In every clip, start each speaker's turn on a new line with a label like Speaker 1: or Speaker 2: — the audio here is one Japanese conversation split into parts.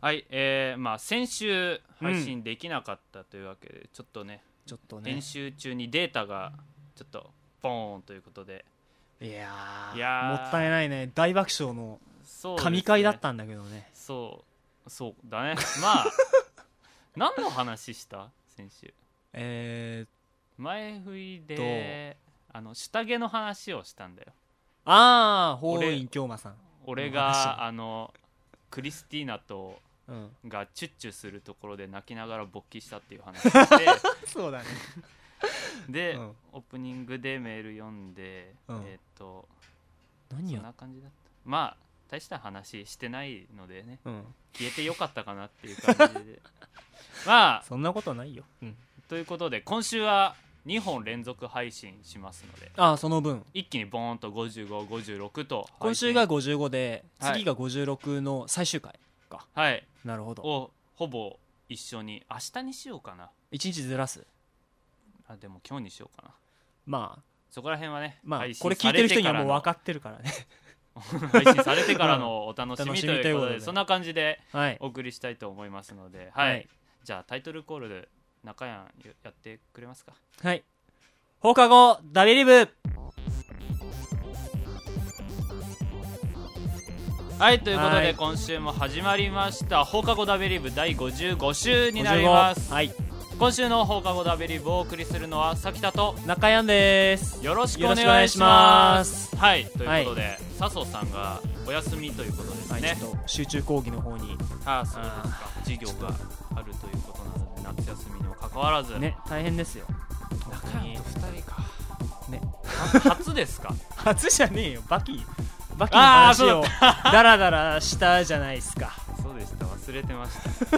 Speaker 1: はいえーまあ、先週配信できなかったというわけで、ちょっとね
Speaker 2: ちょっとね
Speaker 1: 練習中にデータがちょっとポーンということで
Speaker 2: いやー
Speaker 1: いやー
Speaker 2: もったいないね大爆笑の
Speaker 1: そうですね
Speaker 2: 神回だったんだけどね
Speaker 1: そうそうだねま あ何の話した先週
Speaker 2: えー、
Speaker 1: 前振りであの下着の話をしたんだよ
Speaker 2: ああ法院京馬さん、
Speaker 1: 俺
Speaker 2: 話
Speaker 1: があのクリスティーナと
Speaker 2: うん、
Speaker 1: がチュッチュするところで泣きながら勃起したっていう話をして
Speaker 2: そうだね
Speaker 1: で、
Speaker 2: うん
Speaker 1: オープニングでメール読んで、
Speaker 2: うん
Speaker 1: えーっと
Speaker 2: 何
Speaker 1: そん
Speaker 2: や
Speaker 1: な感じだったまあ大した話してないのでね
Speaker 2: うん
Speaker 1: 消えてよかったかなっていう感じ でまあ
Speaker 2: そんなことないよ、うん、
Speaker 1: ということで今週は2本連続配信しますので
Speaker 2: ああその分
Speaker 1: 一気にボーンと5556と配
Speaker 2: 今
Speaker 1: 信
Speaker 2: 週が55で
Speaker 1: はい
Speaker 2: 次が56の最終回、
Speaker 1: はい
Speaker 2: なるほど
Speaker 1: をほぼ一緒に明日にしようかな
Speaker 2: 1日ずらす
Speaker 1: あでも今日にしようかな
Speaker 2: まあ
Speaker 1: そこら辺はね、
Speaker 2: まあ
Speaker 1: 配信
Speaker 2: これ聞いてる人に
Speaker 1: さ
Speaker 2: はも
Speaker 1: れて
Speaker 2: う
Speaker 1: からの
Speaker 2: 分かってるからね
Speaker 1: 配信されてからのお楽しみということで,、
Speaker 2: うん 楽しみということで
Speaker 1: そんな感じで
Speaker 2: はい
Speaker 1: お送りしたいと思いますので、はい
Speaker 2: はい
Speaker 1: じゃあタイトルコールで中やんやってくれますか
Speaker 2: はい放課後ダビリブ
Speaker 1: はいということ
Speaker 2: は
Speaker 1: で
Speaker 2: い
Speaker 1: 今週も始まりました放課後ダベリブ第55週になります、
Speaker 2: 55はい
Speaker 1: 今週の放課後ダベリブをお送りするのはさきたと
Speaker 2: 中山です
Speaker 1: よろしく
Speaker 2: よ
Speaker 1: お
Speaker 2: ろしくお願
Speaker 1: 願
Speaker 2: い
Speaker 1: い
Speaker 2: し
Speaker 1: し
Speaker 2: ま
Speaker 1: ますすはいということで、笹生さんがお休みということです
Speaker 2: はい、
Speaker 1: ね、
Speaker 2: ちょっと集中講義の方に
Speaker 1: ああそうですか授業があるということなので夏休みにもかかわらず、
Speaker 2: ね大変ですよ
Speaker 1: 中
Speaker 2: 本当
Speaker 1: 山
Speaker 2: に
Speaker 1: と2人か
Speaker 2: ね
Speaker 1: は初ですか
Speaker 2: 初じゃねえよバキバキの
Speaker 1: あー
Speaker 2: 話を ダラダラしたじゃないですか
Speaker 1: そうでした忘れてまし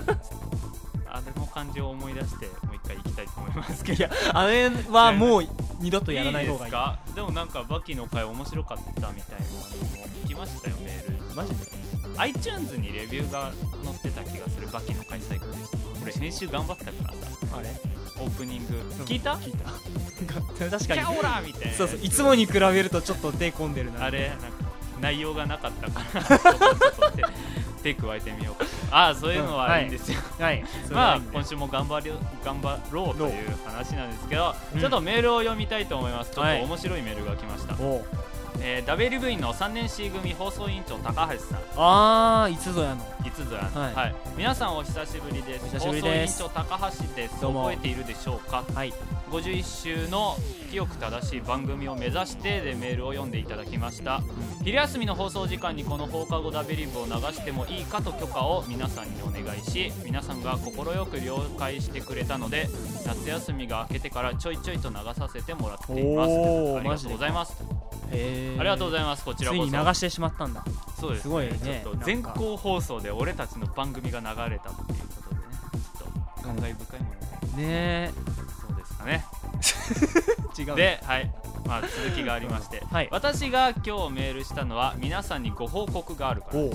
Speaker 1: た あれの感じを思い出してもう一回行きたいと思いますけど
Speaker 2: いやあれはもう二度とやらない
Speaker 1: で
Speaker 2: 方
Speaker 1: す
Speaker 2: がいい
Speaker 1: かでもなんかバキの回面白かったみたいなのも聞きましたよメール
Speaker 2: マジで
Speaker 1: iTunes にレビューが載ってた気がするバキの回最高でした俺編集頑張ったからさ
Speaker 2: あれ
Speaker 1: オープニング聞いた、
Speaker 2: 聞いた確
Speaker 1: キ
Speaker 2: かに
Speaker 1: ャオラーみたいなやつ
Speaker 2: そうそういつもに比べるとちょっと手込んでるな
Speaker 1: あれなんか内容がなかったからそこをちょっと手手加えてみようかとああそういうの
Speaker 2: うんは
Speaker 1: はいいいんですよ、
Speaker 2: はいそれ
Speaker 1: ま
Speaker 2: は
Speaker 1: あ
Speaker 2: いいんで
Speaker 1: 今週も頑張り頑張ろうという話なんですけど、
Speaker 2: うん
Speaker 1: ちょっとメールを読みたいと思いますちょ
Speaker 2: は
Speaker 1: っ
Speaker 2: い
Speaker 1: と面白いメールが来ました、
Speaker 2: おう
Speaker 1: えー、WV の3年 C 組放送委員長高橋さん
Speaker 2: あーいつぞやの
Speaker 1: いつぞやの
Speaker 2: はい
Speaker 1: はい、皆さんお久しぶりです
Speaker 2: お久しぶりです
Speaker 1: 放送委員長高橋です
Speaker 2: どうも
Speaker 1: 覚えているでしょうか
Speaker 2: はい
Speaker 1: 51週の清く正しい番組を目指してでメールを読んでいただきました昼休みの放送時間にこの放課後ダベリブを流してもいいかと許可を皆さんにお願いし皆さんが快く了解してくれたので夏休みが明けてからちょいちょいと流させてもらっています
Speaker 2: おー
Speaker 1: ありがとうございます
Speaker 2: へえ
Speaker 1: ありがとうご
Speaker 2: い
Speaker 1: ざいますこち
Speaker 2: つ
Speaker 1: ら
Speaker 2: い
Speaker 1: こ
Speaker 2: に
Speaker 1: そ
Speaker 2: 流してしまったんだ
Speaker 1: そうです
Speaker 2: すごいね
Speaker 1: ちょっと全校放送で俺たちの番組が流れたっていうことでねちょっと感慨深いものが
Speaker 2: ね
Speaker 1: そうですかね
Speaker 2: え違う
Speaker 1: で、はいまあ、続きがありまして、
Speaker 2: はい
Speaker 1: 私が今日メールしたのは皆さんにご報告があるから
Speaker 2: おう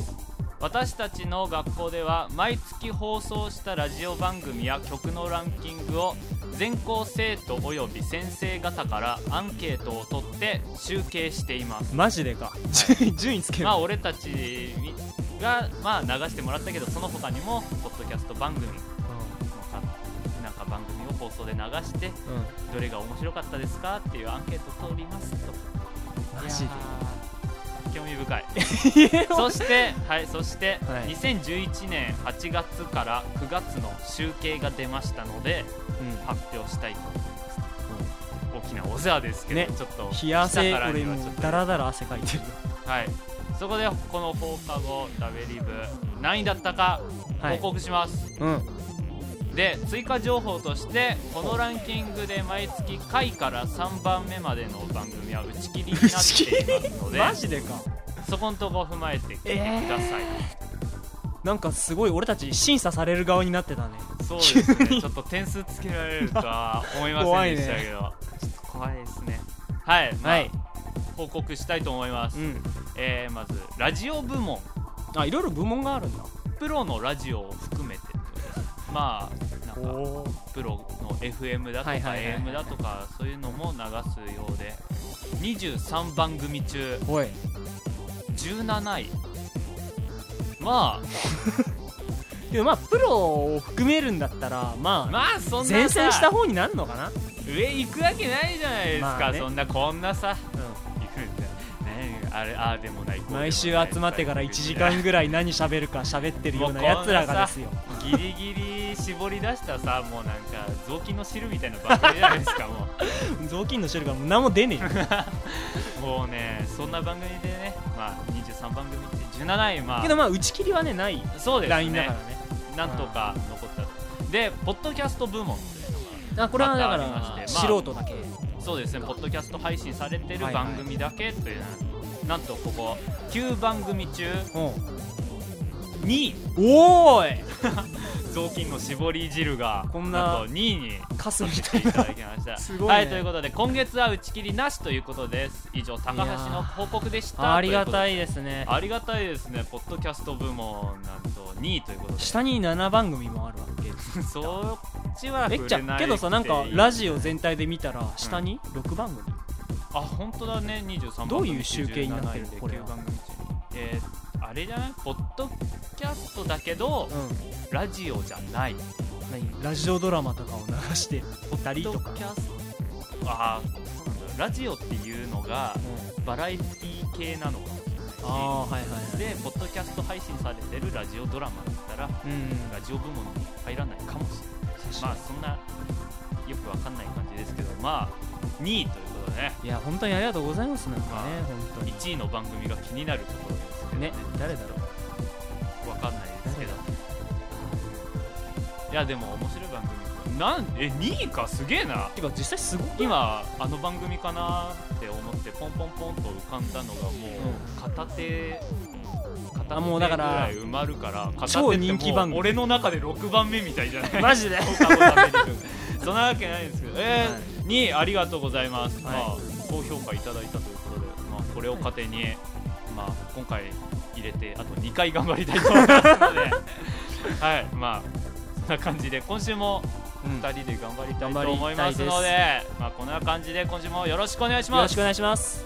Speaker 1: 私たちの学校では毎月放送したラジオ番組や曲のランキングを全校生徒および先生方からアンケートを取って集計しています
Speaker 2: マジでか順位つける
Speaker 1: まあ俺たちが、まあ、流してもらったけどその他にもポッドキャスト番組のかなんか番組を放送で流して
Speaker 2: うんうん
Speaker 1: どれが面白かったですかっていうアンケート取りますと
Speaker 2: マジで
Speaker 1: いやー興味深い そしてはいそして、
Speaker 2: はい
Speaker 1: 2011年8月から9月の集計が出ましたので発表したいと思います、大きなお世話ですけど、
Speaker 2: ね
Speaker 1: ちょっと
Speaker 2: 冷や汗
Speaker 1: 来たから
Speaker 2: 俺
Speaker 1: には
Speaker 2: も
Speaker 1: ちょっと
Speaker 2: ダラダラ汗かいてる
Speaker 1: はいそこでこの放課後ダベリブ何位だったか
Speaker 2: はい
Speaker 1: 報告します、
Speaker 2: うん
Speaker 1: で追加情報としてこのランキングで毎月下位から3番目までの番組は打ち切りになっていますので
Speaker 2: マジでか
Speaker 1: そこんとこ踏まえて聞いてください、
Speaker 2: なんかすごい俺たち審査される側になってたね
Speaker 1: そうですねちょっと点数つけられるとは思いませんでしたけどちょっと怖いですねはい、まあ
Speaker 2: はい
Speaker 1: 報告したいと思います、
Speaker 2: ん
Speaker 1: えーまずラジオ部門
Speaker 2: あいろいろ部門があるんだ
Speaker 1: プロのラジオを含めてってことですまあなんか
Speaker 2: お
Speaker 1: プロの FM だとか
Speaker 2: はいはいはいはい
Speaker 1: AM だとかそういうのも流すようで23番組中
Speaker 2: おい
Speaker 1: 17位まあ
Speaker 2: でもまあプロを含めるんだったらまあ
Speaker 1: まあそんなさ
Speaker 2: 前線した方になるのかな、
Speaker 1: 上行くわけないじゃないですか、
Speaker 2: まあね
Speaker 1: そんなこんなさ
Speaker 2: う
Speaker 1: 行くんだねあれああでもないこうでも
Speaker 2: ん、
Speaker 1: ない
Speaker 2: 毎週集まってから1時間ぐらい何喋るか喋ってるようなやつらがですよ
Speaker 1: ギリギリ絞り出したさもうなんか雑巾の汁みたいなばっかりじゃないですかも
Speaker 2: 雑巾の汁がもう何も出ねえよ
Speaker 1: うもうねそんな番組でねまあ23番組って17位ま
Speaker 2: けどまあ打ち切りはねない
Speaker 1: あそうです
Speaker 2: ラインだから
Speaker 1: ね
Speaker 2: ね
Speaker 1: なんとか残ったとでポッドキャスト部門というのが
Speaker 2: あこれはだ
Speaker 1: ま
Speaker 2: か
Speaker 1: たありま
Speaker 2: ら
Speaker 1: してまあ
Speaker 2: 素人だけ、
Speaker 1: そうですねポッドキャスト配信されてる
Speaker 2: はいはい
Speaker 1: 番組だけという、なんとここ9番組中2位
Speaker 2: おおい
Speaker 1: 雑巾の絞り汁が
Speaker 2: こんな
Speaker 1: と2位に
Speaker 2: カスみた
Speaker 1: 来
Speaker 2: い
Speaker 1: ていた
Speaker 2: な
Speaker 1: だきました
Speaker 2: すごいね
Speaker 1: はいということで今月は打ち切りなしということです以上高橋の報告でした
Speaker 2: ありがた
Speaker 1: い
Speaker 2: いですね
Speaker 1: ありがたいですねポッドキャスト部門なんと2位ということで
Speaker 2: 下に7番組もあるわ け
Speaker 1: そっちは
Speaker 2: え
Speaker 1: 触
Speaker 2: っちゃ
Speaker 1: れない
Speaker 2: んけどさなんかラ
Speaker 1: ジ
Speaker 2: ジオ全体で見たら下に6番組、
Speaker 1: あ本当だね23番組
Speaker 2: どういう集計になってるの
Speaker 1: 17
Speaker 2: これは
Speaker 1: 19番組中えーあれじゃないポッドキャストだけど
Speaker 2: う
Speaker 1: ラジオじゃない
Speaker 2: ん何ラジオドラマとかを流してたり
Speaker 1: ポ
Speaker 2: と
Speaker 1: ッド
Speaker 2: か
Speaker 1: キャストああそうなんだよラジオっていうのがバラエティ系なのかもしれないし
Speaker 2: ああはいはいはい
Speaker 1: でポッドキャスト配信されてるラジオドラマだったら
Speaker 2: うん
Speaker 1: ラジオ部門に入らないかもしれないしまあそんなよくわかんない感じですけどまあ2位ということでね
Speaker 2: いや本当にありがとうございますなんかね
Speaker 1: ま
Speaker 2: 本当に
Speaker 1: 1位の番組が気になるところですけど
Speaker 2: ね誰だろ
Speaker 1: わかんないですけどいやでも面白い番組なんえ2位かすげえな
Speaker 2: てか実際すごく今
Speaker 1: 今あの番組かなって思ってポンポンポンと浮かんだのがもう片手片
Speaker 2: あ
Speaker 1: 手
Speaker 2: も
Speaker 1: ぐ
Speaker 2: うだから
Speaker 1: らい埋まるから片手
Speaker 2: 超人気番組
Speaker 1: ってもう俺の中で6番目みたいじゃない
Speaker 2: マジで
Speaker 1: 放課後食べに行くそんなわけないですけどえ
Speaker 2: はい
Speaker 1: ー、2位ありがとうございます、
Speaker 2: はい
Speaker 1: まあ高評価いただいたということで、まあ、これを糧に、まあ、今回入れてあと2回頑張りたいと思いますのではいまあそんな感じで今週も
Speaker 2: うん
Speaker 1: 2人で頑張りたい
Speaker 2: 頑張
Speaker 1: と
Speaker 2: りたいです
Speaker 1: 思いますので,、まあ、こんな感じで今週もよろしくお願いし
Speaker 2: よ
Speaker 1: ま
Speaker 2: ろし
Speaker 1: す
Speaker 2: くお願いします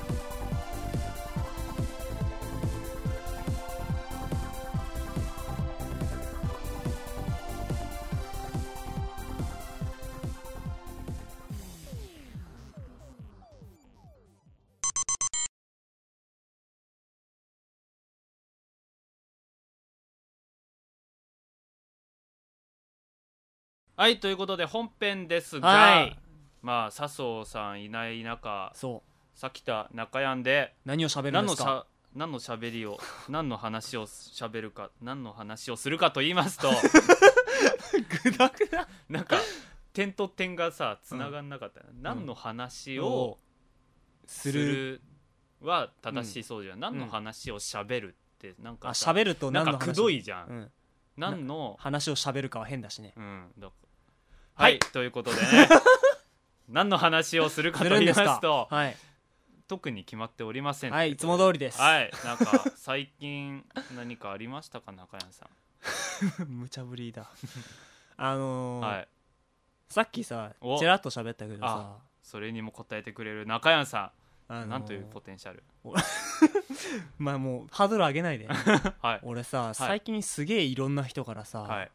Speaker 1: はいということで本編ですが、
Speaker 2: はい
Speaker 1: まあ笹生さんいない中
Speaker 2: そう
Speaker 1: 咲田中山で
Speaker 2: 何を喋る
Speaker 1: 何
Speaker 2: んで
Speaker 1: の
Speaker 2: す
Speaker 1: し
Speaker 2: か
Speaker 1: ゃ何の喋り を何の話をしゃべるか何の話をするかと言います と
Speaker 2: グダグ ダ
Speaker 1: なんか点と点がさ繋がんなかった、何の話をす
Speaker 2: する
Speaker 1: るは正しそうじゃん、何の話をしゃべるってなん
Speaker 2: あ
Speaker 1: かさ
Speaker 2: 喋ると
Speaker 1: な
Speaker 2: 何
Speaker 1: ん
Speaker 2: の
Speaker 1: か
Speaker 2: 話
Speaker 1: くどいじゃん、
Speaker 2: うん
Speaker 1: 何の
Speaker 2: 話を喋るかは変だしね
Speaker 1: うんだからは、
Speaker 2: はいい
Speaker 1: という ことでね何の話をするかと
Speaker 2: す
Speaker 1: 言
Speaker 2: るん
Speaker 1: い
Speaker 2: で
Speaker 1: ます
Speaker 2: か
Speaker 1: すと
Speaker 2: はい
Speaker 1: 特に決まっておりません
Speaker 2: はいいつも通りです
Speaker 1: はいなんか最近何かありましたか中山さん
Speaker 2: 無茶ぶりだあのー
Speaker 1: はい、
Speaker 2: さっきさ
Speaker 1: お
Speaker 2: ちらっと喋ったけどさ
Speaker 1: あそれにも答えてくれる中山さ
Speaker 2: あの
Speaker 1: ん、
Speaker 2: ー
Speaker 1: なんというポテンシャル。
Speaker 2: まあもうハードル上 げないで
Speaker 1: はい。
Speaker 2: 俺さ最近すげえいろんな人からさ、
Speaker 1: はい。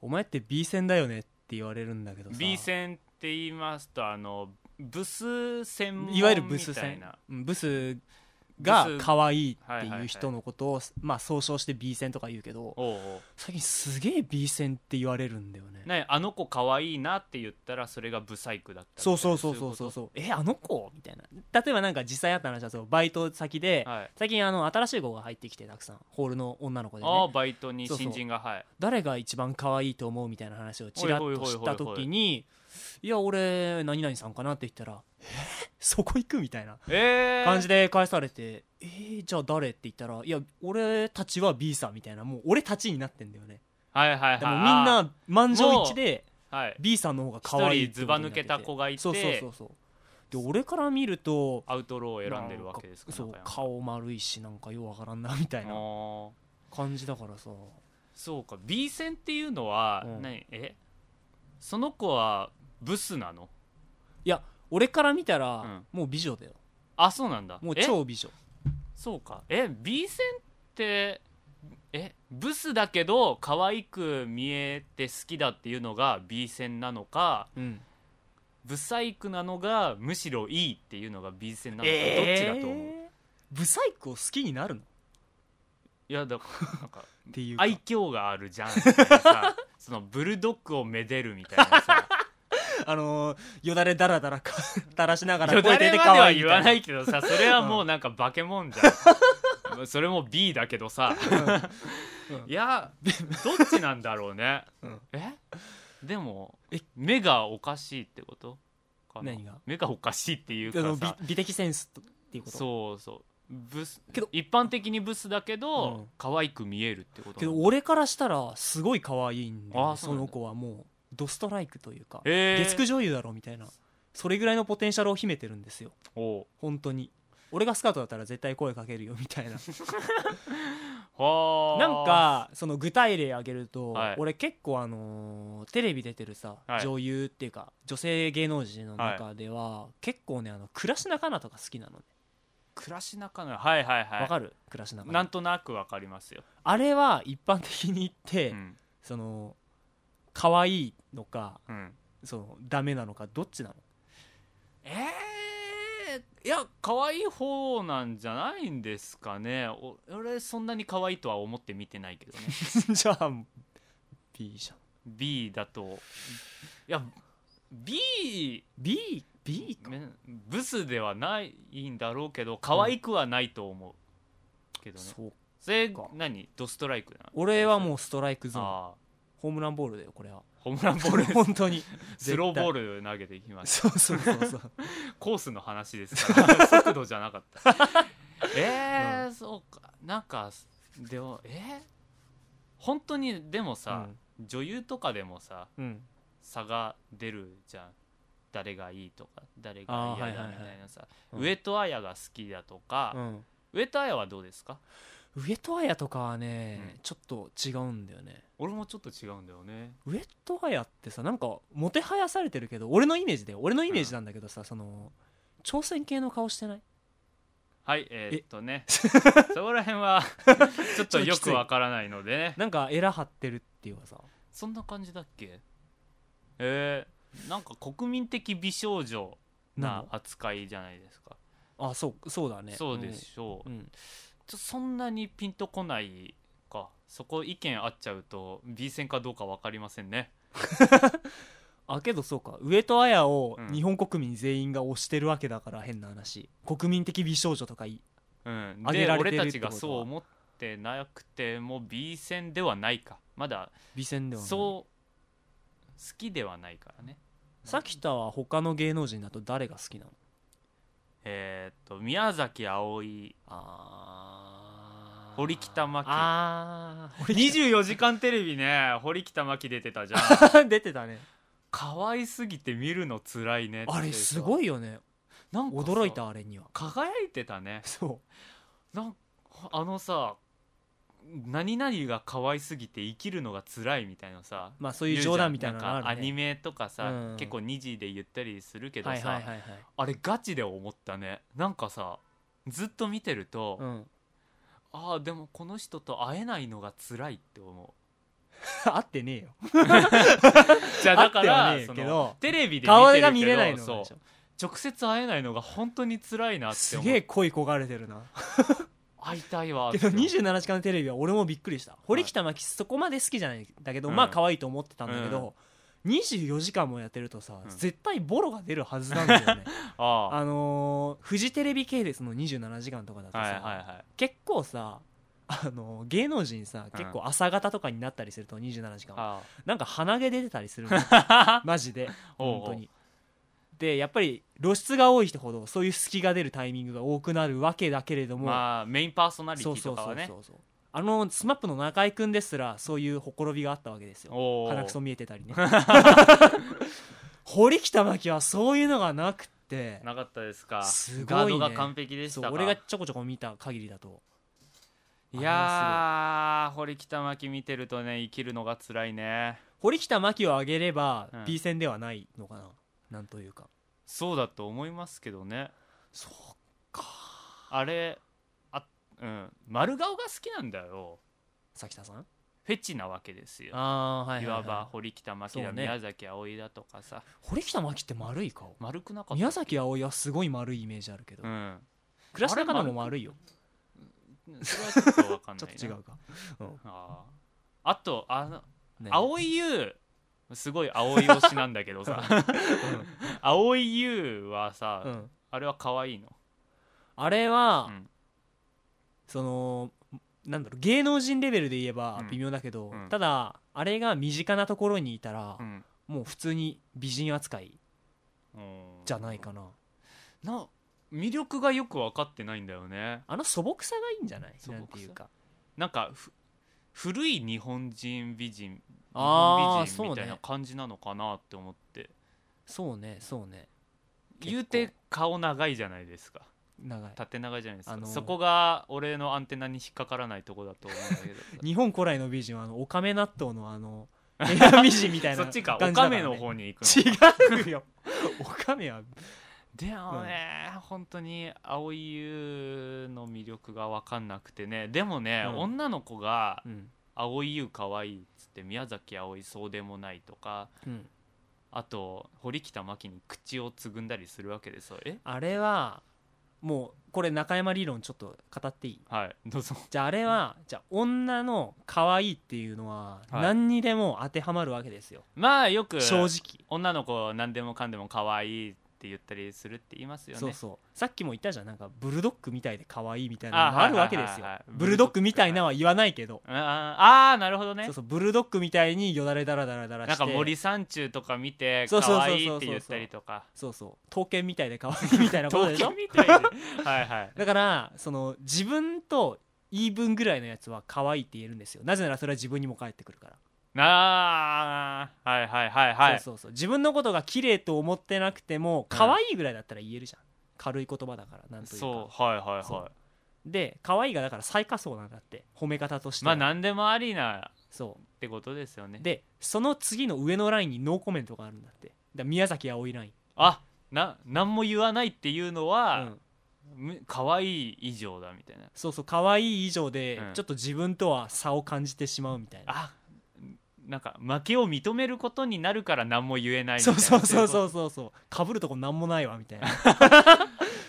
Speaker 2: お前って B 線だよね」って言われるんだけどさ
Speaker 1: B 線って言いますと、あの、ブス専門
Speaker 2: いわゆるブス
Speaker 1: みたい
Speaker 2: 線
Speaker 1: な。
Speaker 2: うんブス
Speaker 1: ブ
Speaker 2: が
Speaker 1: ス
Speaker 2: 可愛いっていう人のことを、まあ総称して B 線とか言うけど
Speaker 1: おうおう
Speaker 2: 最近すげえ B 線って言われるんだよね
Speaker 1: ね、あの子可愛いなって言ったら、それがブサイクだったり
Speaker 2: そうそうそうそうそ
Speaker 1: そ
Speaker 2: うそうえあの子みたいな例えばなんか実際あった話だとバイト先で、
Speaker 1: ういうことはい。
Speaker 2: 最近あの新しい子が入ってきてたくさんホールの女の子で
Speaker 1: ああ、
Speaker 2: ね
Speaker 1: バイトに
Speaker 2: そうそう
Speaker 1: 新人が、はい。
Speaker 2: 誰が一番可愛いと思うみたいな話をちらっ
Speaker 1: ほいほ
Speaker 2: と
Speaker 1: いほい
Speaker 2: し
Speaker 1: ほいほい
Speaker 2: た時にいや俺何々さんかなって言ったらえそこ行くみたいな
Speaker 1: ええー。
Speaker 2: 感じで返されてえーじゃあ誰って言ったらいや俺たちは B さんみたいなもう俺たちになってんだよね
Speaker 1: はいはいはい。
Speaker 2: でもみんな満場一致で
Speaker 1: あー、はい。
Speaker 2: B さんの方が可愛いってことになってて
Speaker 1: 一人ずば抜けた子がいて
Speaker 2: そうそうそうそうで俺から見ると
Speaker 1: アウトローを選んでるわけですか
Speaker 2: な
Speaker 1: ら、
Speaker 2: んそう
Speaker 1: 中山
Speaker 2: 顔丸いしなんかようわからんなみたいな
Speaker 1: あー
Speaker 2: 感じだからさ
Speaker 1: そうか、B 線っていうのは、
Speaker 2: うん
Speaker 1: 何えその子はブスなの
Speaker 2: いや俺から見たら、もう美女だよ
Speaker 1: あ、そうなんだ。
Speaker 2: もう
Speaker 1: え
Speaker 2: 超美女
Speaker 1: そうかえ B 線ってえブスだけど可愛く見えて好きだっていうのが B 線なのか
Speaker 2: うん
Speaker 1: ブサイクなのがむしろいいっていうのが B 線なのか、どっちだと思う
Speaker 2: ブサイクを好きになるのっ
Speaker 1: いやだからなんか
Speaker 2: ていうか
Speaker 1: 愛嬌があるじゃんみたいな さそのブルドッグをめでるみたいなさ
Speaker 2: あのーよだれだらだらか 垂らしながら
Speaker 1: よだ
Speaker 2: 声
Speaker 1: れ
Speaker 2: 出て
Speaker 1: まで
Speaker 2: 可
Speaker 1: は
Speaker 2: 愛い
Speaker 1: 言
Speaker 2: みた
Speaker 1: わな
Speaker 2: いない
Speaker 1: けどさそれはもうなんか化け物じゃ んそれも B だけどさ
Speaker 2: うんうん
Speaker 1: いやどっちなんだろうね
Speaker 2: うん
Speaker 1: えでも
Speaker 2: え
Speaker 1: 目がおかしいってことかな
Speaker 2: 何が
Speaker 1: 目がおかしいっていう
Speaker 2: あの
Speaker 1: か
Speaker 2: 美
Speaker 1: さ
Speaker 2: 美的センスとっていうこと
Speaker 1: そうそうブス
Speaker 2: けど
Speaker 1: 一般的にブスだけど、
Speaker 2: うん
Speaker 1: 可愛く見えるってこと
Speaker 2: け
Speaker 1: な
Speaker 2: ど
Speaker 1: の
Speaker 2: 俺からしたらすごい可愛いんで
Speaker 1: あーそ
Speaker 2: そう
Speaker 1: なんだ
Speaker 2: の子はもうドストライクというか
Speaker 1: へえ
Speaker 2: 月9女優だろみたいなそれぐらいのポテンシャルを秘めてるんですよ
Speaker 1: おう
Speaker 2: 本当に俺がスカートだったら絶対声かけるよみたいな
Speaker 1: はあ
Speaker 2: なんかその具体例挙げると、
Speaker 1: はい
Speaker 2: 俺結構あのーテレビ出てるさ、
Speaker 1: はい
Speaker 2: 女優っていうか女性芸能人の中では、結構ねあの倉科香菜とか好きなのね
Speaker 1: 暮らしなかなはいはい
Speaker 2: わ、
Speaker 1: はい
Speaker 2: かる倉科香菜
Speaker 1: なんとなくわかりますよ、
Speaker 2: あれは一般的に言って、
Speaker 1: うん
Speaker 2: その可愛いのか
Speaker 1: うん、
Speaker 2: そのダメなのかどっちなの
Speaker 1: えー、いや可愛い方なんじゃないんですかねお俺そんなに可愛いとは思って見てないけどね
Speaker 2: じゃあ B じゃん
Speaker 1: B だといや B
Speaker 2: B B か
Speaker 1: めブスではないんだろうけど可愛くはないと思う、けどね
Speaker 2: そう
Speaker 1: それ
Speaker 2: か
Speaker 1: 何ドストライクなの
Speaker 2: 俺はもうストライクゾーン
Speaker 1: あ
Speaker 2: ホームランボールだよこれは
Speaker 1: ーホームランボール
Speaker 2: 本 当に
Speaker 1: スローボー
Speaker 2: ル
Speaker 1: ル投げていき ます
Speaker 2: そうそうそうそう
Speaker 1: コースの話ですから 速度じゃなかった えー、そうかなんかでもえー、本当にでもさ、女優とかでもさ
Speaker 2: うん、うん
Speaker 1: 差が出るじゃん誰がいいとか誰が嫌だみたいなさ、
Speaker 2: あーはいはいはいうん
Speaker 1: 上戸彩が好きだとか、
Speaker 2: うん、
Speaker 1: 上戸彩はどうですか
Speaker 2: 上戸彩とかはね、
Speaker 1: うん
Speaker 2: ちょっと違うんだよね
Speaker 1: 俺もちょっと違うんだよね
Speaker 2: 上戸彩ってさなんかもてはやされてるけど俺のイメージで俺のイメージなんだけどさ、その朝鮮系の顔してない
Speaker 1: はいえ ーっとねそこら辺はちょっとよくわからないのでね
Speaker 2: なんかエラ張ってるっていうかさ
Speaker 1: そんな感じだっけえー、なんか国民的美少女
Speaker 2: な
Speaker 1: な
Speaker 2: の
Speaker 1: 扱いじゃないですか、
Speaker 2: あそうそうだね
Speaker 1: そうでしょう、
Speaker 2: うん、うん
Speaker 1: ちょそんなにピンとこないかそこ意見合っちゃうと B 戦かどうか分かりませんね
Speaker 2: あけどそうか上戸彩を
Speaker 1: うん
Speaker 2: 日本国民全員が推してるわけだから変な話国民的美少女とかいい
Speaker 1: うん
Speaker 2: あげ
Speaker 1: で
Speaker 2: られて
Speaker 1: 俺
Speaker 2: る
Speaker 1: たち
Speaker 2: って
Speaker 1: が
Speaker 2: ことは
Speaker 1: そう思ってなくても B 戦ではないかまだ
Speaker 2: 美戦ではない
Speaker 1: そう好きではないからね
Speaker 2: さきたは他の芸能人だと誰が好きなの
Speaker 1: えーっと宮崎あおい
Speaker 2: あ
Speaker 1: 堀北真希
Speaker 2: あー
Speaker 1: 24時間テレビね堀北真希出て たじゃん
Speaker 2: 出てたね
Speaker 1: 可愛すぎて見るのつらいねって
Speaker 2: あれすご
Speaker 1: い
Speaker 2: いよね
Speaker 1: なんかさ
Speaker 2: 驚いたあれには
Speaker 1: 輝いてたね
Speaker 2: そ
Speaker 1: なんあのさ何々が可愛すぎて生きるのが辛いみたいなさ
Speaker 2: うまあそういう冗談みたいな
Speaker 1: 言うじ
Speaker 2: の
Speaker 1: ゃんな
Speaker 2: が
Speaker 1: んか
Speaker 2: あ
Speaker 1: ア
Speaker 2: る
Speaker 1: ニ
Speaker 2: ね
Speaker 1: メとかさ、
Speaker 2: うん
Speaker 1: 結構2時で言ったりするけどさ、
Speaker 2: はいはいはいはい
Speaker 1: あれガチで思ったねなんかさずっと見てると、
Speaker 2: うん
Speaker 1: ああでもこの人と会えないのが辛いって思
Speaker 2: 合ってねえよ
Speaker 1: うじゃあだから
Speaker 2: あってはねえ
Speaker 1: そ
Speaker 2: け
Speaker 1: の
Speaker 2: ど
Speaker 1: テレビで見てるけど
Speaker 2: 顔が見れないの
Speaker 1: そ
Speaker 2: が
Speaker 1: う
Speaker 2: でしょ
Speaker 1: 直接会えないのが本当に辛いなって
Speaker 2: す
Speaker 1: 思
Speaker 2: げえ
Speaker 1: う
Speaker 2: 恋焦がれてるな
Speaker 1: 会いたいわっ
Speaker 2: け
Speaker 1: て
Speaker 2: ど27時間のテレビは俺もびっくりした堀北真希そこまで好きじゃないんだけど、まあ
Speaker 1: うん
Speaker 2: 可愛いと思ってたんだけど、24時間もやってるとさ、
Speaker 1: うん
Speaker 2: 絶対ボロが出るはずなんだよね
Speaker 1: あ
Speaker 2: あのーフジテレビ系列の27時間とかだと
Speaker 1: あ
Speaker 2: さ、
Speaker 1: はいはいはい
Speaker 2: 結構さあのー芸能人さ
Speaker 1: うん
Speaker 2: 結構朝方とかになったりすると27時間、
Speaker 1: あ
Speaker 2: なんか鼻毛出てたり するの
Speaker 1: あ
Speaker 2: マジで
Speaker 1: おうおう
Speaker 2: 本当にでやっぱり露出が多い人ほどそういう隙が出るタイミングが多くなるわけだけれども、
Speaker 1: まあメインパーソナリテ
Speaker 2: そう
Speaker 1: ィ
Speaker 2: そ
Speaker 1: と
Speaker 2: う
Speaker 1: か
Speaker 2: そ
Speaker 1: は
Speaker 2: う
Speaker 1: ね
Speaker 2: そうそうあのスマップの中居君ですらそういうほころびがあったわけですよ
Speaker 1: おー
Speaker 2: 鼻くそ見え てたりね堀北真希はそういうのがなくて
Speaker 1: なかったですか
Speaker 2: すごいね
Speaker 1: ガードが完璧でし
Speaker 2: そ
Speaker 1: た
Speaker 2: う
Speaker 1: か
Speaker 2: 俺がちょこちょこ見た限りだと
Speaker 1: いやー堀北真希見てるとね生きるのが辛いね
Speaker 2: 堀北真希を上げれば
Speaker 1: うん
Speaker 2: B 戦ではないのかな、なんというか
Speaker 1: そうだと思いますけどね
Speaker 2: そう
Speaker 1: あれあうん丸顔が好きなんだよ
Speaker 2: 崎田さん
Speaker 1: フェチなわけですよ
Speaker 2: あーはい
Speaker 1: い
Speaker 2: はい、
Speaker 1: わば
Speaker 2: は
Speaker 1: 堀北真希
Speaker 2: そ
Speaker 1: だ、
Speaker 2: うね
Speaker 1: 宮崎あおいだとかさ
Speaker 2: い、堀北真希って丸い顔
Speaker 1: 丸くなかった
Speaker 2: 宮崎葵はすごい丸いイメージあるけど、
Speaker 1: うん
Speaker 2: 倉敷中野も丸いよ
Speaker 1: それはちょっとわかん
Speaker 2: ち
Speaker 1: ないな
Speaker 2: ょっと違うか、
Speaker 1: あーあとあの
Speaker 2: ね
Speaker 1: 蒼井優すごい蒼井推しなんだけどさ 蒼井優はさ、
Speaker 2: うん、
Speaker 1: あれは可愛いの
Speaker 2: あれは、
Speaker 1: うん
Speaker 2: そのなんだろう芸能人レベルで言えば
Speaker 1: うん
Speaker 2: 微妙だけど、
Speaker 1: うん
Speaker 2: ただあれが身近なところにいたら、
Speaker 1: ん
Speaker 2: もう普通に美人扱い
Speaker 1: うん
Speaker 2: じゃないかな、
Speaker 1: な魅力がよく分かってないんだよね
Speaker 2: あの素朴さがいいんじゃない
Speaker 1: 素朴
Speaker 2: な
Speaker 1: さ
Speaker 2: んていうか
Speaker 1: なんかふ古い日本人美人日本
Speaker 2: あー
Speaker 1: 美人みたい
Speaker 2: そう
Speaker 1: な
Speaker 2: ね
Speaker 1: 感じなのかなって思って、
Speaker 2: そうねそうね結構
Speaker 1: 言うて顔長いじゃないですか
Speaker 2: 長い
Speaker 1: 縦長いじゃないですか、
Speaker 2: あのー
Speaker 1: そこが俺のアンテナに引っかからないとこだと思うんだ けど
Speaker 2: 日本古来の美人はあのオカメ納豆のあ の映画美人みたい
Speaker 1: そ
Speaker 2: な
Speaker 1: っちか
Speaker 2: 感
Speaker 1: お
Speaker 2: じ
Speaker 1: か
Speaker 2: だから
Speaker 1: め
Speaker 2: ね
Speaker 1: の方に行くの
Speaker 2: 違うよオカメは
Speaker 1: でもね、本当に蒼井優の魅力が分かんなくてねでもね、
Speaker 2: うん
Speaker 1: 女の子が
Speaker 2: うん、
Speaker 1: 「蒼井優可愛いっつって宮崎あおいそうでもないとか
Speaker 2: うん、
Speaker 1: あと堀北真希に口をつぐんだりするわけですよえ
Speaker 2: あれはもうこれ中山理論ちょっと語っていい
Speaker 1: はいどうぞ
Speaker 2: じゃああれはじゃあ女の可愛いっていうのは
Speaker 1: はい
Speaker 2: 何にでも当てはまるわけですよ、
Speaker 1: まあよく
Speaker 2: 正直、
Speaker 1: 女の子何でもかんでも可愛いって言ったりするって言いますよね
Speaker 2: そうそうさっきも言ったじゃんなんかブルドッグみたいで可愛いみたい
Speaker 1: あ
Speaker 2: なのがあ
Speaker 1: はい
Speaker 2: るわ
Speaker 1: はい
Speaker 2: け
Speaker 1: はい
Speaker 2: で
Speaker 1: はい
Speaker 2: すよブルドッグみたいなは言わないけど、
Speaker 1: あーあーなるほどね
Speaker 2: そうそうブルドッグみたいによだれだらだらだらして
Speaker 1: なんか森三中とか見て
Speaker 2: そうそうそう
Speaker 1: 可
Speaker 2: そうそう
Speaker 1: 愛いって言ったりとか
Speaker 2: そうそう刀剣みたいで可愛いみたいなことで
Speaker 1: 東
Speaker 2: し
Speaker 1: 京
Speaker 2: ょ
Speaker 1: みたいではいはい
Speaker 2: だからその自分と言い分ぐらいのやつは可愛いって言えるんですよなぜならそれは自分にも返ってくるから、
Speaker 1: なあはいはいはいはい
Speaker 2: そうそうそう自分のことが綺麗と思ってなくても可愛いぐらいだったら言えるじゃん、軽い言葉だからなんというか
Speaker 1: そうはいはい
Speaker 2: そ
Speaker 1: は
Speaker 2: で可愛いがだから最下層なんだって褒め方とし
Speaker 1: い
Speaker 2: て
Speaker 1: ま
Speaker 2: は
Speaker 1: あ何でもありな
Speaker 2: そ
Speaker 1: ってことですよね
Speaker 2: うでその次の上のラインにノーコメントがあるんだってだから宮崎あおいライン
Speaker 1: あな何も言わないっていうの
Speaker 2: う
Speaker 1: は
Speaker 2: ん
Speaker 1: む可愛い以上だみたいな
Speaker 2: そうそう可愛い以上で、
Speaker 1: うん
Speaker 2: ちょっと自分とは差を感じてしまうみたいな
Speaker 1: あなんか負けを認めることになるから何も言えないみた
Speaker 2: そ
Speaker 1: いうな
Speaker 2: そうそう
Speaker 1: う
Speaker 2: そうそうそうかぶるとこなんもないわみたいな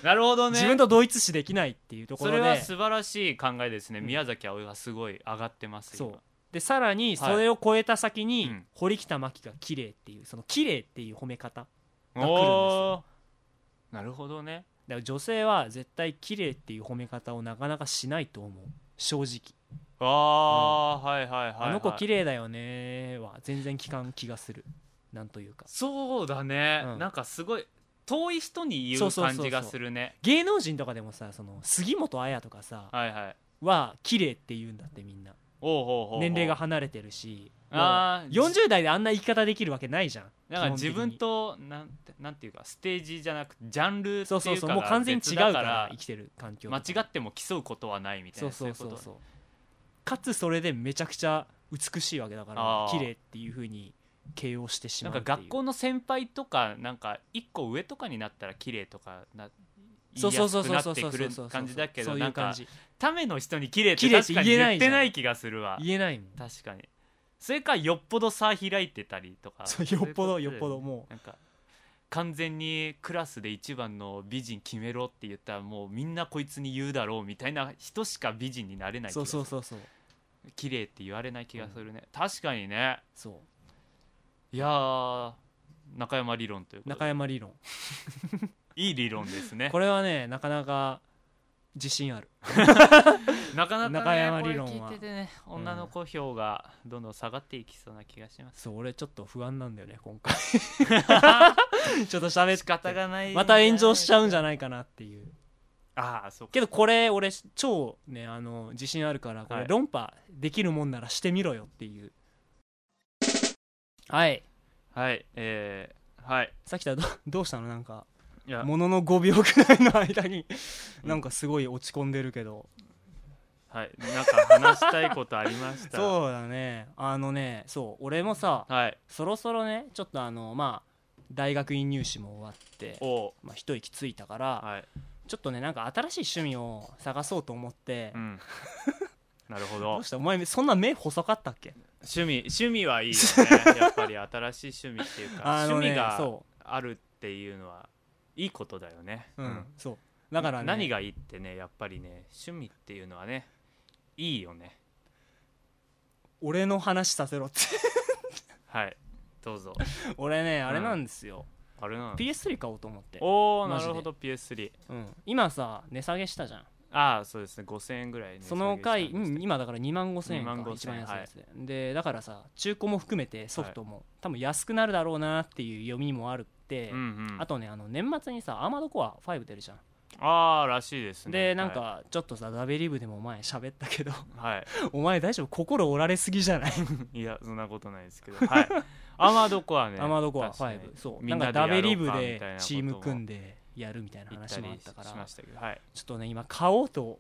Speaker 1: なるほどね
Speaker 2: 自分と同一視できないっていうとこ
Speaker 1: そ
Speaker 2: ろ
Speaker 1: れ
Speaker 2: で
Speaker 1: は素晴らしい考えですね、
Speaker 2: うん
Speaker 1: 宮崎あおいがすごい上がってます
Speaker 2: そ
Speaker 1: よ
Speaker 2: うでさらにそれを超えた先に、
Speaker 1: はいうん
Speaker 2: 堀北真希が綺麗っていうその綺麗っていう褒め方だか
Speaker 1: お
Speaker 2: が来るんですよ
Speaker 1: ーなるほどね
Speaker 2: ら女性は絶対綺麗っていう褒め方をなかなかしないと思う正直、
Speaker 1: あー、はいはいはい、はい、
Speaker 2: あの子綺麗だよねは全然聞かん気がするなんというか
Speaker 1: そうだね、
Speaker 2: うん
Speaker 1: なんかすごい遠い人に言
Speaker 2: そううそうそう
Speaker 1: 感
Speaker 2: そう
Speaker 1: じがするね
Speaker 2: 芸能人とかでもさその杉本彩とかさ
Speaker 1: はいはい
Speaker 2: は綺麗って言うんだってみんな
Speaker 1: おうほうほうほう
Speaker 2: 年齢が離れてるしもう
Speaker 1: あー
Speaker 2: 40代であんな生き方できるわけないじゃん
Speaker 1: なんか
Speaker 2: 基本
Speaker 1: 自分
Speaker 2: 的に
Speaker 1: となんてなんていうかステージじゃなくジャンルってい
Speaker 2: そううそうそう
Speaker 1: か
Speaker 2: もう
Speaker 1: が
Speaker 2: 完全に違
Speaker 1: 別
Speaker 2: う
Speaker 1: だ
Speaker 2: から生きてる環境
Speaker 1: 間違っても競うことはないみたい
Speaker 2: そう
Speaker 1: な
Speaker 2: そうそ
Speaker 1: いうこと
Speaker 2: そうかつそれでめちゃくちゃ美しいわけだか
Speaker 1: あ
Speaker 2: ら
Speaker 1: ー
Speaker 2: 綺麗っていうふうに形容してし
Speaker 1: な
Speaker 2: ま
Speaker 1: ん
Speaker 2: う
Speaker 1: か
Speaker 2: っていう
Speaker 1: 学校の先輩とかなんか一個上とかになったら綺麗とかな
Speaker 2: そうそうそう
Speaker 1: 言い
Speaker 2: そ
Speaker 1: や
Speaker 2: う
Speaker 1: す
Speaker 2: そ
Speaker 1: くなってくる
Speaker 2: うそう
Speaker 1: 感じだけ
Speaker 2: そ
Speaker 1: ど
Speaker 2: うい
Speaker 1: な
Speaker 2: うん
Speaker 1: か
Speaker 2: 感じ
Speaker 1: ための人に綺麗って
Speaker 2: 綺麗っ
Speaker 1: 確
Speaker 2: て
Speaker 1: かに
Speaker 2: 言えな
Speaker 1: 言っ
Speaker 2: いじゃ
Speaker 1: て
Speaker 2: ん
Speaker 1: ない気がするわ
Speaker 2: 言えないもん
Speaker 1: 確かにそれかよっぽど差開いてたりとか
Speaker 2: そうよっぽど
Speaker 1: そういう
Speaker 2: よっ
Speaker 1: こと
Speaker 2: ぽども
Speaker 1: なんか完全にクラスで一番の美人決めろって言ったらもうみんなこいつに言うだろうみたいな人しか美人になれな
Speaker 2: う
Speaker 1: い気
Speaker 2: そ
Speaker 1: が
Speaker 2: う
Speaker 1: す
Speaker 2: そ
Speaker 1: る
Speaker 2: うそうそう
Speaker 1: 綺麗って言われない気がするね、確かにね
Speaker 2: そ
Speaker 1: いやー中山理論という
Speaker 2: う
Speaker 1: こと
Speaker 2: 中
Speaker 1: で
Speaker 2: 山理論
Speaker 1: いい理論ですね
Speaker 2: これはねなかなか自信ある
Speaker 1: なかなか、ね、
Speaker 2: 中山理論は
Speaker 1: これ聞いててね
Speaker 2: ん
Speaker 1: 女の子票がどんどん下がっていきそうな気がします、
Speaker 2: そう俺ちょっと不安なんだよね今 回ちょっと喋っ
Speaker 1: 仕方がない
Speaker 2: また炎上しちゃうんじ
Speaker 1: ゃ
Speaker 2: ゃないかなっていう
Speaker 1: ああそうか
Speaker 2: けどこれ俺超ねあの自信あるからこ
Speaker 1: は
Speaker 2: れ
Speaker 1: い
Speaker 2: 論破できるもんならしてみろよっていうはい
Speaker 1: はいえー、はい
Speaker 2: さっきとはどどうしたのなんか
Speaker 1: いや
Speaker 2: ものの5秒くらいの間になんかすごい落ち込んでるけど
Speaker 1: はいなんか話したいことありました
Speaker 2: そうだねあのねそう俺もさ
Speaker 1: はい
Speaker 2: そろそろねちょっとあのまあ大学院入試も終わって
Speaker 1: おう
Speaker 2: まあ、一息ついたから
Speaker 1: はい
Speaker 2: ちょっとねなんか新しい趣味を探そうと思って、
Speaker 1: うん なるほ
Speaker 2: ど
Speaker 1: ど
Speaker 2: うしたお前そんな目細かったっけ
Speaker 1: 趣味趣味はいいよ ねやっぱり新しい趣味っていうか、
Speaker 2: あの
Speaker 1: 趣
Speaker 2: ね
Speaker 1: 味が
Speaker 2: そ
Speaker 1: あるっていうのはいいことだよね、
Speaker 2: う、うんそうだから、ね、
Speaker 1: 何
Speaker 2: が
Speaker 1: がいいってねやっぱりね趣味っていうのはねいいよね
Speaker 2: 俺の話させろって
Speaker 1: はいどうぞ
Speaker 2: 俺ねあれなんですよ、
Speaker 1: あれなの
Speaker 2: PS3 買おうと思って、
Speaker 1: おおな
Speaker 2: マジで
Speaker 1: るほど PS3
Speaker 2: うん、今さ値下げしたじゃん
Speaker 1: ああそうですね5000円ぐらいね
Speaker 2: その回、
Speaker 1: 下げしたん
Speaker 2: うん
Speaker 1: です
Speaker 2: 今だから2万5千円
Speaker 1: 2万
Speaker 2: か
Speaker 1: 5000
Speaker 2: 一番安いやつで、でだからさ中古も含めてソフトも、多分安くなるだろうなっていう読みもあるって、
Speaker 1: けどうんうん、
Speaker 2: あとねあの年末にさアーマードコア5出るじゃん
Speaker 1: ああらしいですね
Speaker 2: でなんかちょっとさダベリブでも前喋ったけど
Speaker 1: はい、は
Speaker 2: お前大丈夫心折られすぎじゃない
Speaker 1: い、いやそんなことないですけどはい アーマードコアね
Speaker 2: アーマードコア
Speaker 1: 確かに
Speaker 2: 5そう
Speaker 1: み
Speaker 2: なん
Speaker 1: な
Speaker 2: か
Speaker 1: でや
Speaker 2: ダ
Speaker 1: ろう
Speaker 2: ベ
Speaker 1: か
Speaker 2: リブ
Speaker 1: みたい
Speaker 2: で
Speaker 1: なことも
Speaker 2: チーム組んでやるみたいな
Speaker 1: 言った
Speaker 2: 話もあっ
Speaker 1: り
Speaker 2: たから
Speaker 1: しましたけどはい
Speaker 2: ちょっとね今買おうと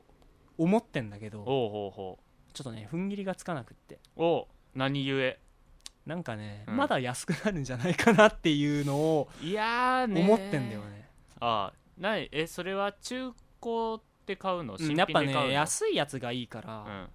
Speaker 2: 思ってんだけど
Speaker 1: おうほうほ
Speaker 2: ちょっとね踏ん切りがつかなくって
Speaker 1: うおう何故
Speaker 2: なんかね、
Speaker 1: うん
Speaker 2: まだ安くなるんじゃないかなっていうのを
Speaker 1: いやーねー
Speaker 2: 思ってんだよね
Speaker 1: ああなにえそれは中古で買うの
Speaker 2: うん
Speaker 1: 新品
Speaker 2: やっ
Speaker 1: で
Speaker 2: ぱ
Speaker 1: 買うの、
Speaker 2: ね安いやつがいいか
Speaker 1: う
Speaker 2: ら、
Speaker 1: ん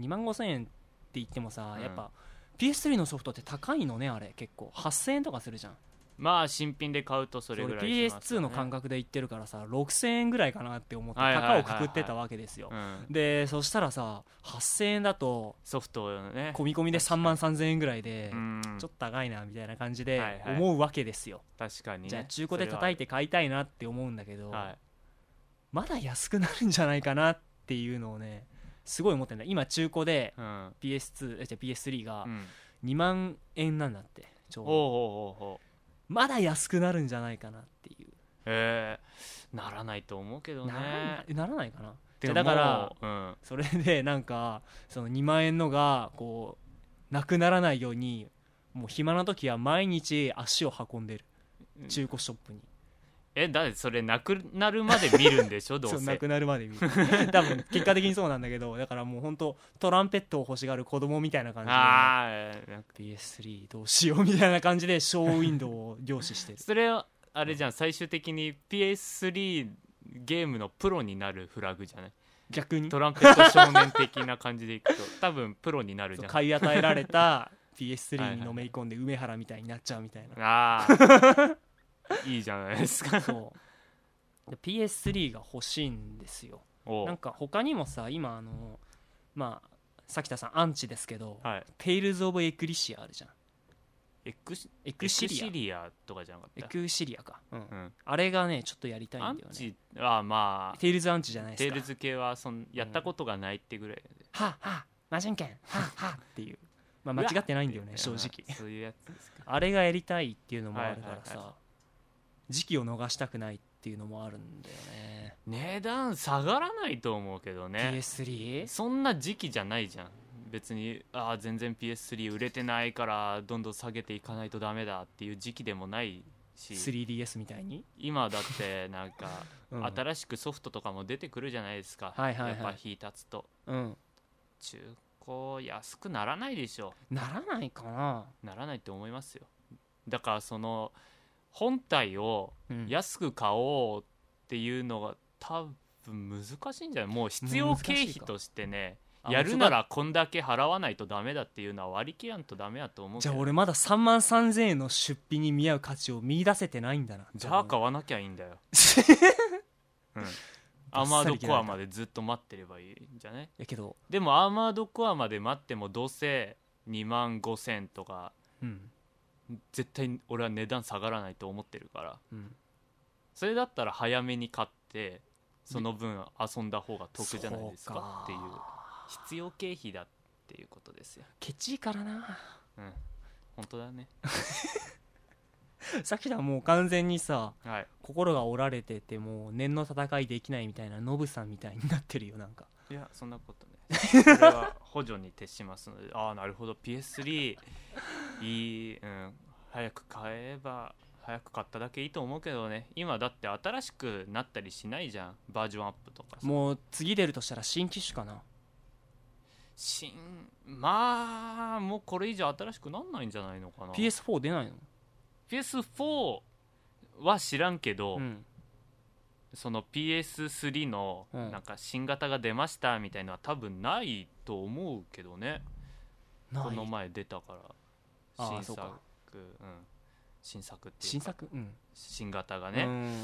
Speaker 2: 2万5000円って言ってもさ、
Speaker 1: うん
Speaker 2: やっぱ PS3 のソフトって高いのねあれ結構8000円とかするじゃん
Speaker 1: まあ新品で買うとそれぐらいしますよね
Speaker 2: PS2 の感覚で言ってるからさ6000円ぐらいかなって思って
Speaker 1: はいはいはい
Speaker 2: 高
Speaker 1: は
Speaker 2: を
Speaker 1: い
Speaker 2: くくってたわけですよ、
Speaker 1: うん、
Speaker 2: でそしたらさ8000円だと
Speaker 1: ソフトをね
Speaker 2: 込み込みで3万3000円ぐらいで、
Speaker 1: うん
Speaker 2: ちょっと高いなみたいな感じで
Speaker 1: はいはい
Speaker 2: 思うわけですよ、
Speaker 1: 確かに、ね、
Speaker 2: じゃあ中古で叩いて買いたいなって思うんだけど、
Speaker 1: それはあるはい
Speaker 2: まだ安くなるんじゃないかなっていうのをねすごい思ってんだ今中古で
Speaker 1: うん、
Speaker 2: PS2 えじゃあ PS3 が
Speaker 1: うん、
Speaker 2: 2万円なんだってちょ
Speaker 1: おう
Speaker 2: うど
Speaker 1: ほうほうほう
Speaker 2: まだ安くなるんじゃないかなっていう
Speaker 1: えー、ならないと思うけどね
Speaker 2: ならないならないかな
Speaker 1: でも
Speaker 2: だから
Speaker 1: うん、
Speaker 2: それでなんかその2万円のがこうなくならないようにもう暇な時は毎日足を運んでる
Speaker 1: うん
Speaker 2: 中古ショップに、
Speaker 1: えだってそれなくなるまで見るんでしょどう
Speaker 2: そう
Speaker 1: せ
Speaker 2: なくなるまで見る 多分結果的にそうなんだけどだからもう本当トランペットを欲しがる子供みたいな感じで
Speaker 1: あーなんか
Speaker 2: PS3 どうしようみたいな感じでショーウィンドウを凝視 してる
Speaker 1: それはあれじゃん最終的に PS3 ゲームのプロになるフラグじゃない
Speaker 2: 逆に
Speaker 1: トランペット少年的な感じでい くと多分プロになるじ
Speaker 2: そう
Speaker 1: ゃん
Speaker 2: 買い与えら れた
Speaker 1: はいは
Speaker 2: PS3
Speaker 1: い
Speaker 2: にのめり込んで梅原みたいになっちゃう みたいな
Speaker 1: ああ いいじゃないですか
Speaker 2: そうで PS3 が欲しいんですよ
Speaker 1: おう
Speaker 2: なんか他にもさ今あのまあ咲田さんアンチですけど
Speaker 1: はい
Speaker 2: 「テイルズ・オブ・エクリシア」あるじゃん
Speaker 1: エクシ
Speaker 2: エ
Speaker 1: エク
Speaker 2: クシ
Speaker 1: シ
Speaker 2: リア
Speaker 1: リアとかじゃなか
Speaker 2: エ
Speaker 1: っ
Speaker 2: クシリアか、うん
Speaker 1: た、うん、
Speaker 2: あれがねちょっとやりたい
Speaker 1: ア
Speaker 2: ん
Speaker 1: ン
Speaker 2: だよね
Speaker 1: チはまあ
Speaker 2: テイルズ・アンチじゃない
Speaker 1: テ
Speaker 2: で
Speaker 1: ール
Speaker 2: す
Speaker 1: ズ
Speaker 2: か
Speaker 1: 系はそんやったことがないってぐらい
Speaker 2: はっはっ魔人剣はっはっっていうまあ間違ってないんだよね正直
Speaker 1: うんそういうやつですか
Speaker 2: あれがやりたいっていうのもあるから
Speaker 1: はいはい
Speaker 2: さ時期を逃したくないっていうのもあるんだよね
Speaker 1: 値段下がらないと思うけどね
Speaker 2: PS3?
Speaker 1: そんな時期じゃないじゃん別にあー全然 PS3 売れてないからどんどん下げていかないとダメだっていう時期でもないし
Speaker 2: 3DS みたいに、
Speaker 1: 今だってなんか
Speaker 2: うん、
Speaker 1: 新しくソフトとかも出てくるじゃないですか、
Speaker 2: はいはいはい
Speaker 1: やっぱ日立つと
Speaker 2: うん
Speaker 1: 中古安くならないでしょ
Speaker 2: ならないかな、
Speaker 1: ならないと思いますよだからその本体を
Speaker 2: うん
Speaker 1: 安く買おうっていうのが多分難しいんじゃないもう必要経費としてね
Speaker 2: あ
Speaker 1: やるならこんだけ払わないとダメだっていうのは割り切らんとダメだと思うけ
Speaker 2: じゃ
Speaker 1: ど
Speaker 2: あ俺まだ3万3000円の出費に見合う価値を見出せてないんだな
Speaker 1: じゃあ買わなきゃいいんだよ、 うん、アーマードコアまでずっと待ってればいいんじゃない
Speaker 2: やけど、
Speaker 1: でもアーマードコアまで待ってもどうせ2万5000とか
Speaker 2: うん
Speaker 1: 絶対俺は値段下がらないと思ってるから
Speaker 2: うん、
Speaker 1: それだったら早めに買ってその分遊んだ方が得じゃないです
Speaker 2: そう
Speaker 1: かっていう必要経費だっていうことですよ
Speaker 2: ケチいからな
Speaker 1: うん本当だね
Speaker 2: さっきだもう完全にさ
Speaker 1: はい
Speaker 2: 心が折られててもう念の戦いできないみたいなノブさんみたいになってるよなんか
Speaker 1: いやそんなことね それは補助に徹しますのでああなるほど PS3 いい、うん、早く買えば早く買っただけいいと思うけどね今だって新しくなったりしないじゃんバージョンアップとかさ
Speaker 2: もう次出るとしたら新機種かな
Speaker 1: 新まあもうこれ以上新しくなんないんじゃないのかな
Speaker 2: PS4 出ないの
Speaker 1: PS4 は知らんけど、
Speaker 2: うん
Speaker 1: その PS3 の
Speaker 2: うん
Speaker 1: なんか新型が出ましたみたいのは多分ないと思うけどね、
Speaker 2: ない
Speaker 1: この前出たから
Speaker 2: あー
Speaker 1: 新
Speaker 2: そう
Speaker 1: 作
Speaker 2: か
Speaker 1: うん、新作っていう
Speaker 2: 新
Speaker 1: か
Speaker 2: 作うん
Speaker 1: 新型がね、
Speaker 2: うん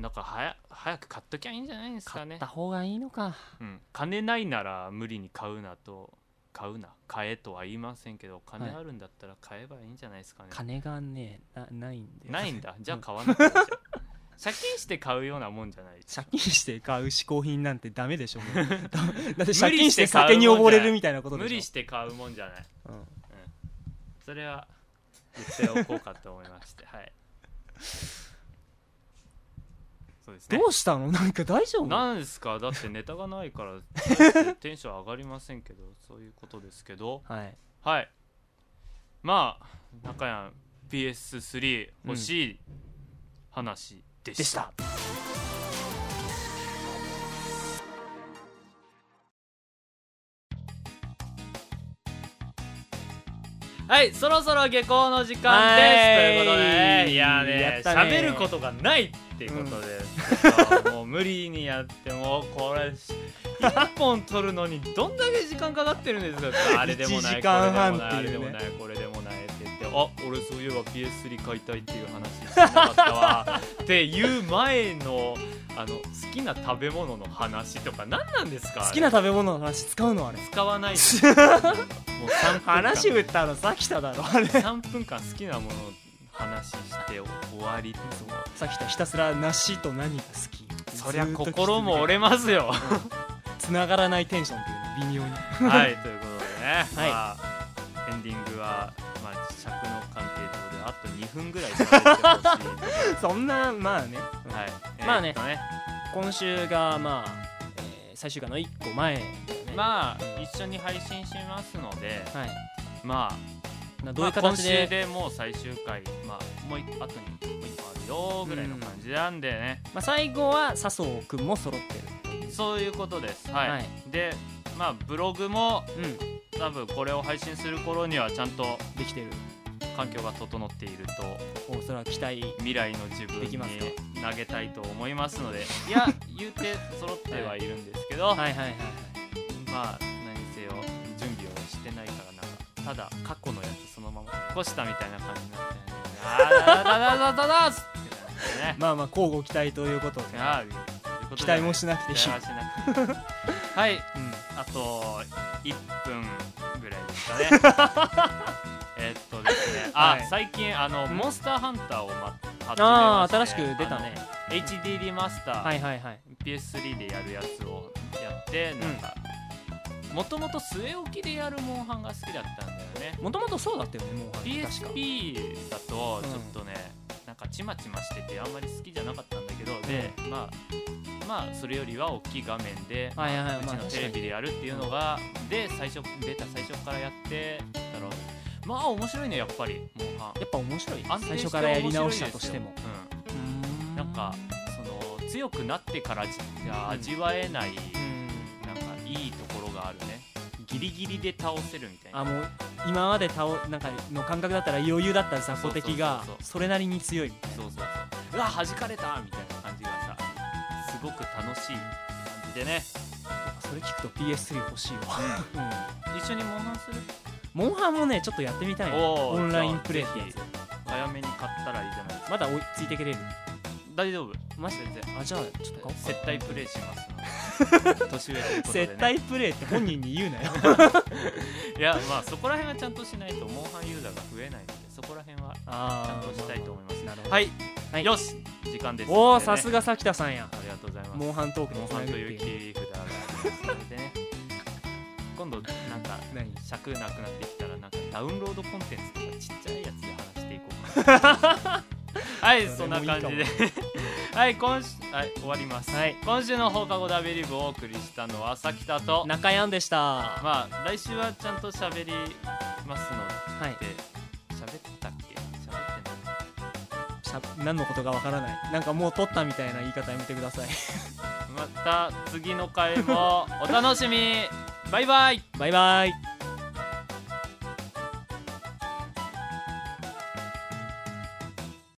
Speaker 1: なんかはや早く買っときゃいいんじゃないですか
Speaker 2: 買
Speaker 1: ね
Speaker 2: った方がいいのか
Speaker 1: うん、金ないなら無理に買うなと買うな買えとは言いませんけど金
Speaker 2: はい
Speaker 1: あるんだったら買えばいいんじゃないですかね、
Speaker 2: 金がねなないんで
Speaker 1: ないん だじゃあ買わなくていいじゃん借金して買うようなもんじゃない
Speaker 2: 借金して買う嗜好品なんてダメ でしょもうだだって
Speaker 1: 無
Speaker 2: 借
Speaker 1: 理
Speaker 2: 金
Speaker 1: し
Speaker 2: してて
Speaker 1: 買う
Speaker 2: 酒に
Speaker 1: もんじゃな
Speaker 2: 溺
Speaker 1: い
Speaker 2: れるみたいなことでしょ
Speaker 1: 無理して買うもんじゃない
Speaker 2: うん
Speaker 1: それは言っておこうかと思いま してはいそうですね
Speaker 2: どうしたのなんか大丈夫
Speaker 1: なんですかだってネタがないから テンション上がりませんけどそういうことですけど
Speaker 2: はい
Speaker 1: はいまあ中やん PS3 欲しい話でした,、
Speaker 2: でした
Speaker 1: はいそろそろ下校の時間ですと
Speaker 2: はい
Speaker 1: いうことでねいや
Speaker 2: や
Speaker 1: ね
Speaker 2: った
Speaker 1: 喋
Speaker 2: ね
Speaker 1: ることがないっていうことで、ちょっともう無理にやってもうこれ1本取るのにどんだけ時間かかってるんですか あれでもない
Speaker 2: 一時間半
Speaker 1: これでも
Speaker 2: っ
Speaker 1: な
Speaker 2: て
Speaker 1: いこれでもないこれでもないって言ってあ俺そういえば PS3 買いたいっていう話してなかった わっていう前のあの好きな食べ物の話とか何なんですか
Speaker 2: 好きな食べ物の話使うのあれ
Speaker 1: 使わないです もう3分間
Speaker 2: 話振ったのさきただろあれ
Speaker 1: 3分間好きなものの話して終わり
Speaker 2: さきたひたすら梨と何が好き
Speaker 1: そりゃ心も折れますよ
Speaker 2: つながらないテンションっていうの微妙に
Speaker 1: はいということでね、
Speaker 2: はい
Speaker 1: まあ、エンディングは、まあ、尺の関係ということであと2分ぐ らい喋ってほしい
Speaker 2: そんなまあね、
Speaker 1: はい、
Speaker 2: まあね
Speaker 1: えーっとね
Speaker 2: 今週がまあ、えー最終回の1個前だよね
Speaker 1: まあ一緒に配信しますので
Speaker 2: はい
Speaker 1: まあ
Speaker 2: などういう
Speaker 1: まあ今
Speaker 2: 形
Speaker 1: 週
Speaker 2: で,、
Speaker 1: でもう最終回まあもう一後にもう一個あるよぐらいの感じなんでね、
Speaker 2: まあ、最後は笹生君も揃ってる
Speaker 1: そういうことですはい、
Speaker 2: はい
Speaker 1: でまあブログも
Speaker 2: うん
Speaker 1: 多分これを配信する頃にはちゃんと
Speaker 2: できてる
Speaker 1: 環境が整っていると
Speaker 2: おそらく期待
Speaker 1: 未来の自分
Speaker 2: で
Speaker 1: に
Speaker 2: きます
Speaker 1: 投げたいと思いますのでいや言うて揃ってはいるんですけど、
Speaker 2: はいはいはい
Speaker 1: まあ何せよ準備をしてないからなんかただ過去のやつそのまま引っ越したみたいな感じになってあーだだだだだだっつってなってね
Speaker 2: まあまあ交互期待ということで
Speaker 1: あーということで
Speaker 2: 期待もしなくていい
Speaker 1: 期待はしなくてはい
Speaker 2: うん
Speaker 1: あと1分ぐらいですかね。えっとですね、あ、
Speaker 2: はい
Speaker 1: 最近あの
Speaker 2: ん
Speaker 1: モンスターハンターをま始めまして
Speaker 2: ああ新しく出たね。
Speaker 1: あの HD リマスター、
Speaker 2: はいはいはい
Speaker 1: PS3 でやるやつをやって
Speaker 2: ん
Speaker 1: なんか。もともと据え置きでやるモンハンが好きだったんだよね
Speaker 2: もともとそうだったよねもう確か
Speaker 1: PSP だと
Speaker 2: うん
Speaker 1: ちょっとね、なんかちまちましててあんまり好きじゃなかったんだけどでまあまあそれよりは大きい画面で
Speaker 2: はいはいはいう
Speaker 1: ち
Speaker 2: まあ
Speaker 1: の
Speaker 2: 確
Speaker 1: テ
Speaker 2: か
Speaker 1: レビ
Speaker 2: に
Speaker 1: でやるっていうのがで最初出た最初からやってたらまあ面白いねやっぱりモンハン
Speaker 2: やっぱ面白い
Speaker 1: 安定
Speaker 2: 最
Speaker 1: て
Speaker 2: 初からやり直したとしても
Speaker 1: 面白いですようんなんかその強くなってからじゃ味わえない、
Speaker 2: うん
Speaker 1: なんかいいところがあるねギリギリで倒せるみたいな
Speaker 2: あもう今まで倒なんかの感覚だったら余裕だった雑魚敵が
Speaker 1: そうそうそうそう
Speaker 2: それなりに強いみたいな
Speaker 1: そうそうそううわ弾かれたみたいな感じがさすごく楽しい感じでね
Speaker 2: それ聞くと PS3 欲しいわ、
Speaker 1: 一緒にモンハンする
Speaker 2: モンハンもねちょっとやってみたいな
Speaker 1: お
Speaker 2: オ
Speaker 1: ー
Speaker 2: ンラインプレイってや
Speaker 1: じ
Speaker 2: つ
Speaker 1: ゃ早めに買ったらいいじゃないですか
Speaker 2: まだ追いついてくれる
Speaker 1: 大丈夫
Speaker 2: マジで
Speaker 1: 全然
Speaker 2: あじゃあちょっと買おうか
Speaker 1: 接待プレイしますので年上ということで、ね、
Speaker 2: 接待プレイって本人に言うなよ
Speaker 1: いやまあそこら辺はちゃんとしないとモンハンユーザーが増えないのでそこら辺はちゃん
Speaker 2: あ
Speaker 1: としたいと思います
Speaker 2: なるほど
Speaker 1: はい、
Speaker 2: はい
Speaker 1: よし時間です
Speaker 2: おおさす
Speaker 1: が
Speaker 2: がさきたさんや
Speaker 1: ありがとうございます
Speaker 2: モンハントーク
Speaker 1: モ
Speaker 2: に
Speaker 1: ン
Speaker 2: つ
Speaker 1: ハ
Speaker 2: な
Speaker 1: ン
Speaker 2: げ
Speaker 1: と
Speaker 2: る
Speaker 1: いう
Speaker 2: っていう
Speaker 1: 切り札がありますのでね今度なんか
Speaker 2: 何
Speaker 1: 尺なくなってきたらなんかダウンロードコンテンツとかちっちゃいやつで話していこうかなはいそ
Speaker 2: そ
Speaker 1: んな
Speaker 2: れもいいか
Speaker 1: 感
Speaker 2: も
Speaker 1: じではい今週はい終わります、
Speaker 2: はい
Speaker 1: 今週の放課後ダベリブをお送りしたのはさきたと
Speaker 2: 中やんでしたは
Speaker 1: まあ来週はちゃんと喋りますの
Speaker 2: い
Speaker 1: で喋ったっけ喋ってない
Speaker 2: しゃ何のことかわからないなんかもう撮ったみたいな言い方やめてください
Speaker 1: また次の回もお楽しみバイバイ
Speaker 2: バイバイ